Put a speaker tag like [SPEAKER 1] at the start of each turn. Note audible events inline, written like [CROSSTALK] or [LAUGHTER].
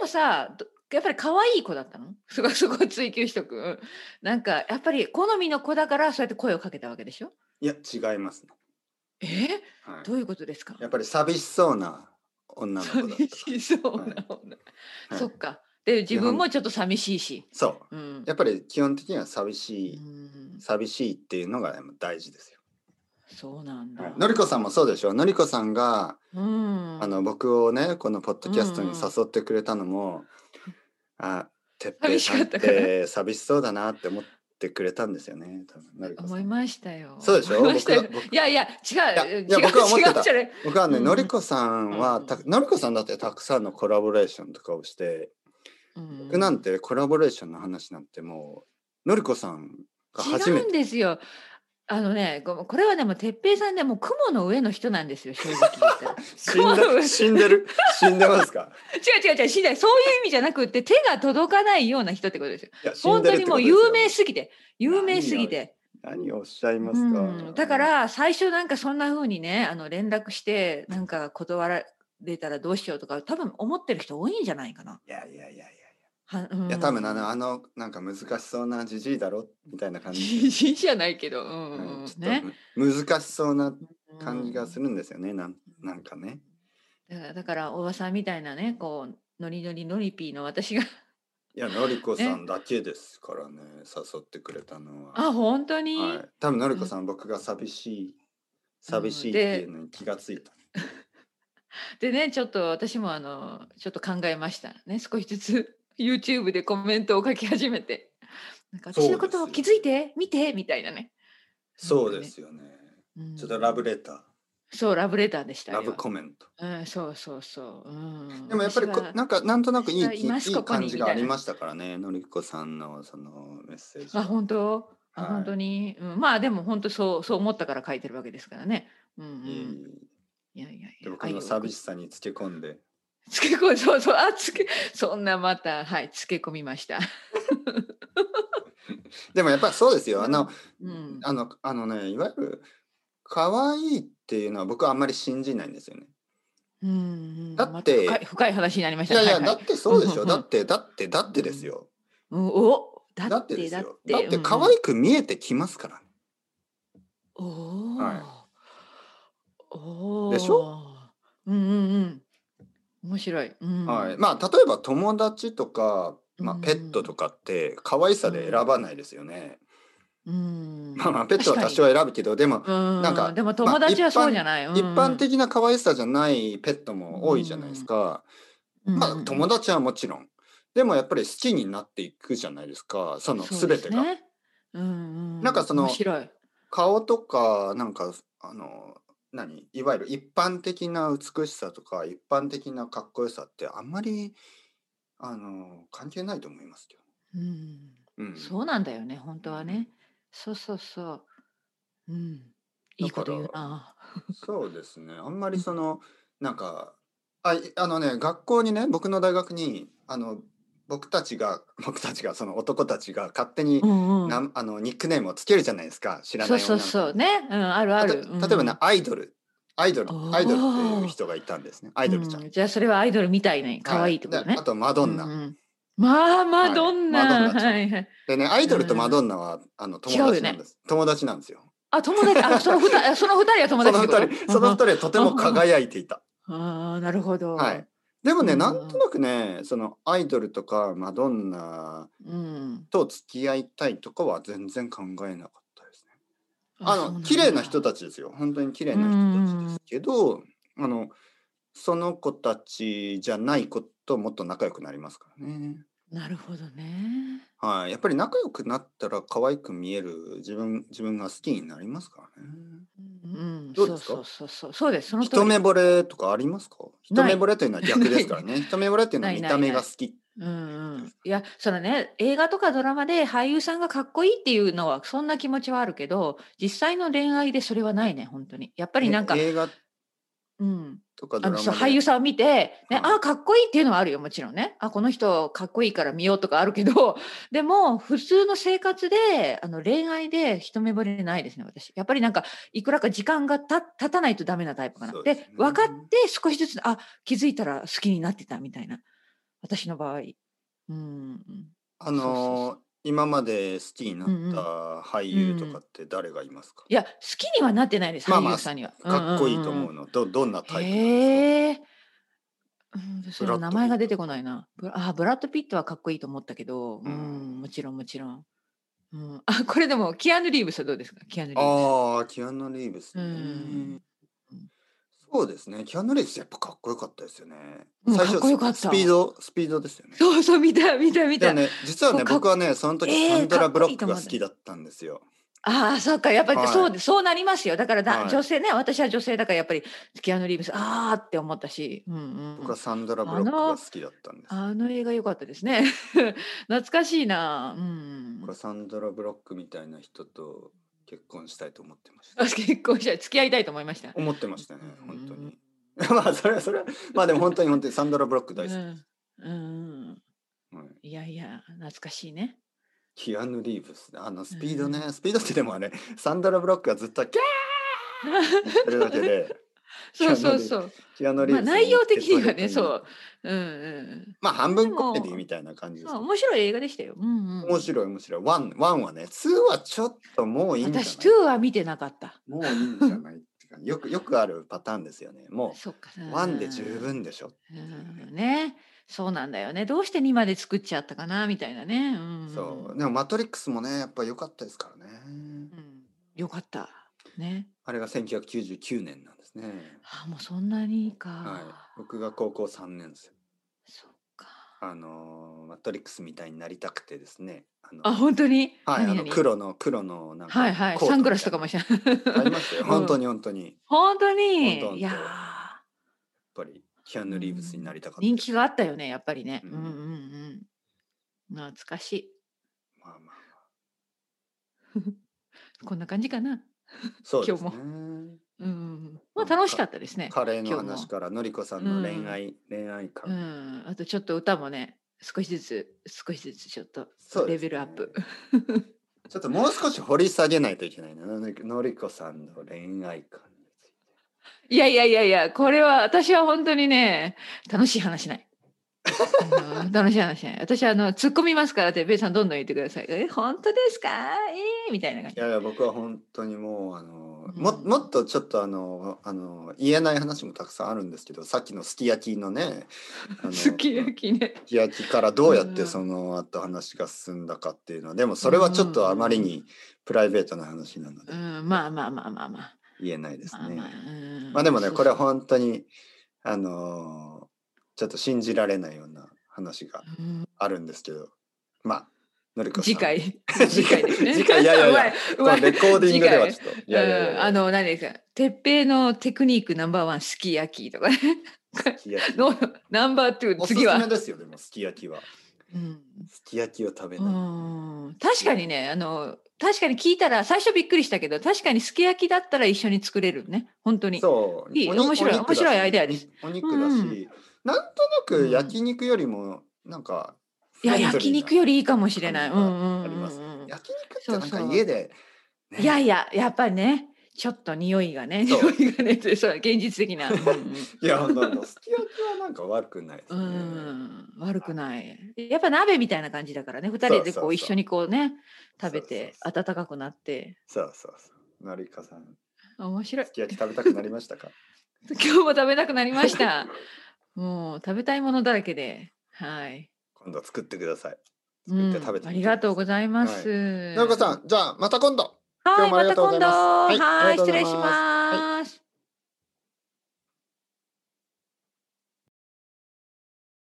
[SPEAKER 1] もさどやっぱり可愛い子だったの [LAUGHS] すごいすごい追求しとくうんなんかやっぱり好みの子だからそうやって声をかけたわけでしょ
[SPEAKER 2] いや違いますね、
[SPEAKER 1] えー
[SPEAKER 2] はい
[SPEAKER 1] どういうことですか
[SPEAKER 2] やっぱり寂しそうな女の子だった
[SPEAKER 1] 寂しそうな
[SPEAKER 2] はい
[SPEAKER 1] 女、
[SPEAKER 2] はい
[SPEAKER 1] そっかで自分もちょっと寂しいし
[SPEAKER 2] そう
[SPEAKER 1] うん
[SPEAKER 2] やっぱり基本的には寂しい、
[SPEAKER 1] うん
[SPEAKER 2] 寂しいっていうのが大事ですよ、
[SPEAKER 1] そうなんだ、
[SPEAKER 2] のりこさんもそうでしょのりこさんが、
[SPEAKER 1] うん
[SPEAKER 2] あの僕をねこのポッドキャストに誘ってくれたのも、あてっぺいさんっ
[SPEAKER 1] 寂しかったか
[SPEAKER 2] て寂しそうだなって思ってくれたんですよね多分のりこさ
[SPEAKER 1] 思い
[SPEAKER 2] ん
[SPEAKER 1] ましたよ
[SPEAKER 2] そうでしょ
[SPEAKER 1] 思いましたよ
[SPEAKER 2] 僕は僕
[SPEAKER 1] いやいや違う
[SPEAKER 2] や
[SPEAKER 1] 違う
[SPEAKER 2] いや僕は思ってた
[SPEAKER 1] 違う違う
[SPEAKER 2] 僕はね、
[SPEAKER 1] うん
[SPEAKER 2] のりこさんはた
[SPEAKER 1] うん
[SPEAKER 2] のりこさんだってたくさんのコラボレーションとかをして、
[SPEAKER 1] うん
[SPEAKER 2] 僕なんてコラボレーションの話なんてもうのりこさんが初
[SPEAKER 1] 違
[SPEAKER 2] め
[SPEAKER 1] うん
[SPEAKER 2] て
[SPEAKER 1] ですよ。あのね、ごめんこれはね、もう哲平さんね、もう雲の上の人なんですよ、正直言ったら。
[SPEAKER 2] 死んだ死んでる死んでますか
[SPEAKER 1] 違う違う違う、死んでない、そういう意味じゃなくって、手が届かないような人ってことですよ。
[SPEAKER 2] いや死ん
[SPEAKER 1] [LAUGHS] 本当
[SPEAKER 2] でるっ
[SPEAKER 1] に
[SPEAKER 2] て
[SPEAKER 1] も
[SPEAKER 2] こ
[SPEAKER 1] う
[SPEAKER 2] とですよ
[SPEAKER 1] 有名すぎて、有名すぎて。
[SPEAKER 2] 何をおっしゃいま
[SPEAKER 1] う
[SPEAKER 2] すか、
[SPEAKER 1] ん、だから、最初なんかそんな風にね、あの連絡して、なんか断られたらどうしようとか、多分思ってる人多いんじゃないかな。
[SPEAKER 2] いやいやいやいやい
[SPEAKER 1] はうん
[SPEAKER 2] やいや多分あのあのなんか難しそうなじじいだろみたいな感じ、
[SPEAKER 1] [LAUGHS] じじいじゃないけど、うん
[SPEAKER 2] う
[SPEAKER 1] うん
[SPEAKER 2] ん
[SPEAKER 1] うん
[SPEAKER 2] ちょっと
[SPEAKER 1] ね。
[SPEAKER 2] 難しそうな感じがす
[SPEAKER 1] る。
[SPEAKER 2] るんですよね、なんなんかね
[SPEAKER 1] だからだからおばさんみたいなねこうノリノリノリピーの私が
[SPEAKER 2] いやのりこさんだけですからね誘ってくれたのは
[SPEAKER 1] あ本当に、
[SPEAKER 2] はい、多分のりこさん僕が寂しい寂しいっていうのに気がついた、
[SPEAKER 1] でねちょっと私もあのちょっと考えましたね少しずつ [LAUGHS] YouTube でコメントを書き始めてなんか私のことを
[SPEAKER 2] そう
[SPEAKER 1] 気
[SPEAKER 2] です
[SPEAKER 1] づ
[SPEAKER 2] よ
[SPEAKER 1] いて見てみたいなね、
[SPEAKER 2] そうですよね
[SPEAKER 1] うん
[SPEAKER 2] ちょっとラブレター、
[SPEAKER 1] そうラブレターでした
[SPEAKER 2] ラ
[SPEAKER 1] あれ
[SPEAKER 2] ブ
[SPEAKER 1] は
[SPEAKER 2] コメント
[SPEAKER 1] うん、そうそうそう、うん、
[SPEAKER 2] でもやっぱりこ
[SPEAKER 1] 私は
[SPEAKER 2] なんかなんとなくいい
[SPEAKER 1] 私はい
[SPEAKER 2] い
[SPEAKER 1] ます
[SPEAKER 2] い
[SPEAKER 1] こ
[SPEAKER 2] い
[SPEAKER 1] こに
[SPEAKER 2] 感じ
[SPEAKER 1] み
[SPEAKER 2] が
[SPEAKER 1] た
[SPEAKER 2] あ
[SPEAKER 1] いな
[SPEAKER 2] りましたからねのりこさんのそのメッセージ
[SPEAKER 1] あ本当あ
[SPEAKER 2] はい
[SPEAKER 1] 本当に、うん、まあでも本当そうそう思ったから書いてるわけですからねうんうん、
[SPEAKER 2] いえいえ
[SPEAKER 1] いやいやい
[SPEAKER 2] で
[SPEAKER 1] や
[SPEAKER 2] 僕の寂しさにつけ込んで
[SPEAKER 1] つけ込みそうそうあつけそんなまたはいつけ込みました。
[SPEAKER 2] でもやっぱりそうですよあの、
[SPEAKER 1] うん、
[SPEAKER 2] あのあのねいわゆる可愛いっていうのは僕はあんまり信じないんですよね
[SPEAKER 1] うんうん
[SPEAKER 2] だって
[SPEAKER 1] また深い深い話になりまし
[SPEAKER 2] い
[SPEAKER 1] たね。
[SPEAKER 2] や
[SPEAKER 1] は
[SPEAKER 2] いやだ
[SPEAKER 1] は
[SPEAKER 2] ってそうでし
[SPEAKER 1] うんうんう
[SPEAKER 2] ょ
[SPEAKER 1] ん
[SPEAKER 2] だってだってだってですよ
[SPEAKER 1] うん、おだ
[SPEAKER 2] だ
[SPEAKER 1] っ
[SPEAKER 2] ってで
[SPEAKER 1] て
[SPEAKER 2] す
[SPEAKER 1] だっ
[SPEAKER 2] よ
[SPEAKER 1] て
[SPEAKER 2] だって可愛く見えてきますから
[SPEAKER 1] うんうん、おお、
[SPEAKER 2] は
[SPEAKER 1] おお
[SPEAKER 2] でしょ
[SPEAKER 1] うんうんうん面白い。うん、
[SPEAKER 2] はい、まあ例えば友達とか、まあ、
[SPEAKER 1] うん
[SPEAKER 2] ペットとかって可愛さで選ばないですよね。
[SPEAKER 1] うん、
[SPEAKER 2] [LAUGHS] まあまあペットは多少選ぶけどでも
[SPEAKER 1] うん
[SPEAKER 2] なんか
[SPEAKER 1] でも友達は
[SPEAKER 2] まあ
[SPEAKER 1] そうじゃない。
[SPEAKER 2] 一般的な可愛さじゃないペットも多いじゃないですか。まあ友
[SPEAKER 1] 達
[SPEAKER 2] 達はもちろん。でもやっぱり好きになっていくじゃないですかその全てが。
[SPEAKER 1] ね、うんうん、
[SPEAKER 2] なんかその
[SPEAKER 1] 面白い。
[SPEAKER 2] 顔とかなんかあの何いわゆる一般的な美しさとか一般的なかっこよさってあんまりあの関係ないと思いますけど。
[SPEAKER 1] うん
[SPEAKER 2] うん、
[SPEAKER 1] そうなんだよね、本当はね。そうそうそう。うん。いいこと言う
[SPEAKER 2] だから
[SPEAKER 1] な。
[SPEAKER 2] そうですね。あんまりその、なんか、あ、いあのね、学校にね、僕の大学に、あの、僕たちが、 [LAUGHS] 僕たちが、その男たちが勝手に、
[SPEAKER 1] うんう。
[SPEAKER 2] なんんあの、ニックネームをつけるじゃないですか。知ら
[SPEAKER 1] そ
[SPEAKER 2] な
[SPEAKER 1] う
[SPEAKER 2] い
[SPEAKER 1] そうそうね、うん、あるあ
[SPEAKER 2] 女の
[SPEAKER 1] る。
[SPEAKER 2] 子たと例えばね、アイドル、アイドル
[SPEAKER 1] お、ー
[SPEAKER 2] アイドルっていう人がいたんですね。ア
[SPEAKER 1] ア
[SPEAKER 2] イドルちゃん。
[SPEAKER 1] じゃあそれはアイドルみたいね、可愛いってこと
[SPEAKER 2] は
[SPEAKER 1] ね
[SPEAKER 2] であ。と、マドン
[SPEAKER 1] うん
[SPEAKER 2] ナ。
[SPEAKER 1] うんまあマ
[SPEAKER 2] い
[SPEAKER 1] ドンナ、
[SPEAKER 2] マドンナちゃん
[SPEAKER 1] はいはい。
[SPEAKER 2] でね、アイドルとマドンナは、あの、友達なんです。友達なんですよ。
[SPEAKER 1] あ友達あその二人あその二人は
[SPEAKER 2] そ
[SPEAKER 1] 友
[SPEAKER 2] の
[SPEAKER 1] 達ってこ
[SPEAKER 2] 二
[SPEAKER 1] と
[SPEAKER 2] 人、その二人はとても輝いていた。
[SPEAKER 1] うんうんああなるほど。
[SPEAKER 2] はい。。でもね、
[SPEAKER 1] うん
[SPEAKER 2] なんとなくね、そのアイドルとかマドンナ
[SPEAKER 1] うん。
[SPEAKER 2] と付き合いたいとかは全然考えなかったですね。あ
[SPEAKER 1] そう
[SPEAKER 2] の
[SPEAKER 1] んだ
[SPEAKER 2] 綺麗な人たちですよ。本当に綺麗な人たちですけど、あのその子たちじゃない子ともっと仲良くなりますからね。
[SPEAKER 1] なるほどね。
[SPEAKER 2] はい、やっぱり仲良くなったら可愛く見える自分自分が好きになりますからね。
[SPEAKER 1] うん。
[SPEAKER 2] どうですか
[SPEAKER 1] そうそうそうそうそうです。その通り
[SPEAKER 2] 一目惚れとかありますか？一
[SPEAKER 1] ない
[SPEAKER 2] 目惚れというのは逆ですからね。一目惚れというの
[SPEAKER 1] な
[SPEAKER 2] は
[SPEAKER 1] い
[SPEAKER 2] 見
[SPEAKER 1] ない
[SPEAKER 2] た目が好き。
[SPEAKER 1] うんうん、いやそのね映画とかドラマで俳優さんがかっこいいっていうのはそんな気持ちはあるけど実際の恋愛でそれはないね本当にやっぱりなんか、
[SPEAKER 2] え映画
[SPEAKER 1] うん、
[SPEAKER 2] とかド
[SPEAKER 1] あ
[SPEAKER 2] ラ
[SPEAKER 1] のそ
[SPEAKER 2] マで
[SPEAKER 1] う俳優さんを見て、ね
[SPEAKER 2] はい
[SPEAKER 1] あかっこいいっていうのはあるよもちろんねあこの人かっこいいから見ようとかあるけど [LAUGHS] でも普通の生活であの恋愛で一目惚れないですね私やっぱりなんかいくらか時間がた経たないとダメなタイプかな
[SPEAKER 2] そ
[SPEAKER 1] で,、
[SPEAKER 2] うですね
[SPEAKER 1] 分かって少しずつあ気づいたら好きになってたみたいな私の場合。うん。そうそう
[SPEAKER 2] あ
[SPEAKER 1] そ
[SPEAKER 2] の今まで好きにな
[SPEAKER 1] うんうん
[SPEAKER 2] った俳優とかって誰がいますか、
[SPEAKER 1] いや、好きにはなってないです、
[SPEAKER 2] まあまあ
[SPEAKER 1] 俳優さんには。
[SPEAKER 2] かっこいいと思うの、どどんなタイプなんですか
[SPEAKER 1] へえ。うん、その
[SPEAKER 2] ブ
[SPEAKER 1] 名
[SPEAKER 2] ラッドピット
[SPEAKER 1] 前が出てこないな。ブラあ、ブラッドピットはかっこいいと思ったけど、う
[SPEAKER 2] うん
[SPEAKER 1] ん、もちろんもちろん。うん、あ、これでもキアヌリーブスはどうですか？キアヌリーブ
[SPEAKER 2] ああキアヌ・リーブス、
[SPEAKER 1] ス。うん、
[SPEAKER 2] そうですねキアヌ・リーブスやっぱかっこよかったですよね、
[SPEAKER 1] うん
[SPEAKER 2] 最初
[SPEAKER 1] かっこよかった
[SPEAKER 2] スピードスピードですよね
[SPEAKER 1] そうそう見た見た見
[SPEAKER 2] で
[SPEAKER 1] た。
[SPEAKER 2] もね実は
[SPEAKER 1] そ
[SPEAKER 2] ね
[SPEAKER 1] うか
[SPEAKER 2] 僕はねその時
[SPEAKER 1] えー
[SPEAKER 2] サンドラ・ブロッ
[SPEAKER 1] かっこい
[SPEAKER 2] クが
[SPEAKER 1] いと思う
[SPEAKER 2] 好きだったんですよ、
[SPEAKER 1] ああ、そうか、やっぱり
[SPEAKER 2] はい
[SPEAKER 1] そう、そうなりますよ。だからだ、
[SPEAKER 2] はい
[SPEAKER 1] 女性ね、私は女性だからやっぱりキアヌリーブスああって思ったし、うんうんう
[SPEAKER 2] 僕
[SPEAKER 1] ん
[SPEAKER 2] は。サンドラ・ブロックが好きだったんです
[SPEAKER 1] あの映画良かったですね。 [LAUGHS] 懐かしいな。うん
[SPEAKER 2] 僕。はサンドラ・ブロックみたいな人と結婚したいと思ってました
[SPEAKER 1] 私結婚したい付き合いたいと思いました。
[SPEAKER 2] 思ってましたね本当
[SPEAKER 1] うん
[SPEAKER 2] に [LAUGHS] まあそれはそれはまあでも本当に本当にサンドラ・ブロック大好き、
[SPEAKER 1] うん、うん
[SPEAKER 2] はい
[SPEAKER 1] いやいや懐かしい
[SPEAKER 2] [LAUGHS]
[SPEAKER 1] ね。
[SPEAKER 2] キアヌ・リーブスねあのスピードね、スピードってでもあれサンドラ・ブロックがずっとキャーって言ってるだけ
[SPEAKER 1] [LAUGHS]
[SPEAKER 2] で
[SPEAKER 1] そうそうそう。
[SPEAKER 2] キアヌ・リー
[SPEAKER 1] ま
[SPEAKER 2] ブ
[SPEAKER 1] あ
[SPEAKER 2] ス、
[SPEAKER 1] 内容的にはね
[SPEAKER 2] 結構
[SPEAKER 1] そう。うんうん
[SPEAKER 2] まあ半分
[SPEAKER 1] でも
[SPEAKER 2] コメディみたいな感じ
[SPEAKER 1] うん。
[SPEAKER 2] で
[SPEAKER 1] ま
[SPEAKER 2] すね、
[SPEAKER 1] あ面白い映画でしたよ。うんうん。
[SPEAKER 2] 面白い面白いワンワンはねツーはちょっともういいんじゃない
[SPEAKER 1] 私2は見てなかった。
[SPEAKER 2] もういいんじゃないってかよくよくあるパターンですよねも
[SPEAKER 1] そっか。
[SPEAKER 2] うワンで十分でしょ
[SPEAKER 1] うん。うんね。そうなんだよね。どうして2まで作っちゃったかなみたいなね。うんん。
[SPEAKER 2] そうでも「マトリックス」もねやっぱ良かったですからね、
[SPEAKER 1] うん。よかった。ね。
[SPEAKER 2] あれが1999年なんですね
[SPEAKER 1] あもうそんなにか。
[SPEAKER 2] はい僕が高校3年生
[SPEAKER 1] そっか。
[SPEAKER 2] あのーマトリックス」みたいになりたくてですねあの
[SPEAKER 1] あ本当に。
[SPEAKER 2] はいあ
[SPEAKER 1] 何
[SPEAKER 2] の
[SPEAKER 1] 々
[SPEAKER 2] 黒の黒のなんか
[SPEAKER 1] はいはい。
[SPEAKER 2] コ
[SPEAKER 1] サ
[SPEAKER 2] ート
[SPEAKER 1] ン
[SPEAKER 2] み
[SPEAKER 1] グ
[SPEAKER 2] たいな
[SPEAKER 1] ラスとかもして。
[SPEAKER 2] ありますよ
[SPEAKER 1] うん
[SPEAKER 2] 本当に本当に、やっ
[SPEAKER 1] [LAUGHS] 本当に
[SPEAKER 2] 本当本当
[SPEAKER 1] いやー
[SPEAKER 2] ぱりキアヌ・リーブスになりたかった、
[SPEAKER 1] 人気があったよねやっぱりね、
[SPEAKER 2] う
[SPEAKER 1] うんん、うんうん懐かしい
[SPEAKER 2] まあまあ
[SPEAKER 1] こんな感じかな
[SPEAKER 2] そうです
[SPEAKER 1] 今日
[SPEAKER 2] ね
[SPEAKER 1] うんうんうんまあ楽しかったですね
[SPEAKER 2] カレーの
[SPEAKER 1] 今日も
[SPEAKER 2] 話からのりこさんの恋愛、恋愛
[SPEAKER 1] う
[SPEAKER 2] 観、
[SPEAKER 1] んあとちょっと歌もね少しずつ少しずつちょっと
[SPEAKER 2] そうで
[SPEAKER 1] レ
[SPEAKER 2] す
[SPEAKER 1] ベ
[SPEAKER 2] ね
[SPEAKER 1] ルアップ、
[SPEAKER 2] ちょっともう少し掘り下げないといけないなのりのりこさんの恋愛観について
[SPEAKER 1] いやいやいやいやこれは私は本当にね楽しい話ないあの楽しい話ない私あの突っ込みますからってベイさんどんどん言ってくださいえ本当ですかえー、みたいな感
[SPEAKER 2] い
[SPEAKER 1] じ
[SPEAKER 2] やいや僕は本当にもうあの、
[SPEAKER 1] うん
[SPEAKER 2] ももっとちょっとあのあの言えない話もたくさんあるんですけどさっきのすき焼きのねあの
[SPEAKER 1] すき焼きね
[SPEAKER 2] すき焼きからどうやっ
[SPEAKER 1] う
[SPEAKER 2] て
[SPEAKER 1] ん
[SPEAKER 2] その後話が進んだかっていうのはでもそれはちょっとあまりにプライベートな話なので
[SPEAKER 1] うんまあまあまあまあまあ
[SPEAKER 2] 言えないですね。
[SPEAKER 1] まあまあうん
[SPEAKER 2] まあでもね
[SPEAKER 1] そう
[SPEAKER 2] これは
[SPEAKER 1] そう
[SPEAKER 2] 本当にあのーちょっと信じられないような話が
[SPEAKER 1] うん
[SPEAKER 2] あるんですけどまあのりこさん
[SPEAKER 1] 次回
[SPEAKER 2] [LAUGHS] 次回
[SPEAKER 1] ですね
[SPEAKER 2] 次回いやいやいや
[SPEAKER 1] [LAUGHS] うま
[SPEAKER 2] まあ
[SPEAKER 1] いうま
[SPEAKER 2] レ
[SPEAKER 1] い
[SPEAKER 2] コーディングではちょっといやいやいやい
[SPEAKER 1] うん
[SPEAKER 2] や
[SPEAKER 1] あの何ですか鉄平のテクニックナンバーワンすき焼きとかね [LAUGHS]
[SPEAKER 2] すき焼き
[SPEAKER 1] のナンバーツー
[SPEAKER 2] おすす
[SPEAKER 1] 次は
[SPEAKER 2] めですよでもすき焼きは
[SPEAKER 1] うん
[SPEAKER 2] すき焼きを食べない、
[SPEAKER 1] うん確かにねあの確かに聞いたら最初びっくりしたけど確かにすき焼きだったら一緒に作れるね本当に
[SPEAKER 2] そう
[SPEAKER 1] いい
[SPEAKER 2] お肉
[SPEAKER 1] 面白い
[SPEAKER 2] お肉だ
[SPEAKER 1] 面
[SPEAKER 2] し
[SPEAKER 1] 白いアイデアです
[SPEAKER 2] お肉だし、
[SPEAKER 1] うん
[SPEAKER 2] なんとなく焼肉よりもなんか
[SPEAKER 1] いや焼肉よりいいかもしれないうんうんうんうん
[SPEAKER 2] あります焼肉って
[SPEAKER 1] そ
[SPEAKER 2] な
[SPEAKER 1] うんそ
[SPEAKER 2] か
[SPEAKER 1] う
[SPEAKER 2] 家でね
[SPEAKER 1] いやいややっぱりねちょっと匂いがね
[SPEAKER 2] そ
[SPEAKER 1] 匂
[SPEAKER 2] う
[SPEAKER 1] いがね [LAUGHS] ってそう現実的な、うんうん
[SPEAKER 2] いやほんとほんとすき焼きはなんか悪くないです
[SPEAKER 1] う
[SPEAKER 2] ね、
[SPEAKER 1] ん、悪くない。やっぱ鍋みたいな感じだからね、二人
[SPEAKER 2] そう
[SPEAKER 1] で
[SPEAKER 2] そ
[SPEAKER 1] こ
[SPEAKER 2] うそう
[SPEAKER 1] う一緒にこうね、食べて
[SPEAKER 2] そう
[SPEAKER 1] 暖かくなって。
[SPEAKER 2] そうそうそうのりかさん
[SPEAKER 1] 面白い
[SPEAKER 2] す。き焼き食べたくなりましたか
[SPEAKER 1] 今日も食べたくなりま
[SPEAKER 2] [LAUGHS]
[SPEAKER 1] した。もう食べたいものだらけで。はい。
[SPEAKER 2] 今度作ってください
[SPEAKER 1] うん
[SPEAKER 2] 作って食べてみてください
[SPEAKER 1] ありがとうございます。
[SPEAKER 2] のりこさんじゃあまた今度
[SPEAKER 1] はい、
[SPEAKER 2] 今日もあ
[SPEAKER 1] ま
[SPEAKER 2] りが
[SPEAKER 1] た
[SPEAKER 2] とうご
[SPEAKER 1] 今
[SPEAKER 2] ざい
[SPEAKER 1] 度。
[SPEAKER 2] ますはいあ
[SPEAKER 1] は
[SPEAKER 2] り
[SPEAKER 1] い、
[SPEAKER 2] がとう
[SPEAKER 1] 失
[SPEAKER 2] ござ
[SPEAKER 1] 礼
[SPEAKER 2] います
[SPEAKER 1] します。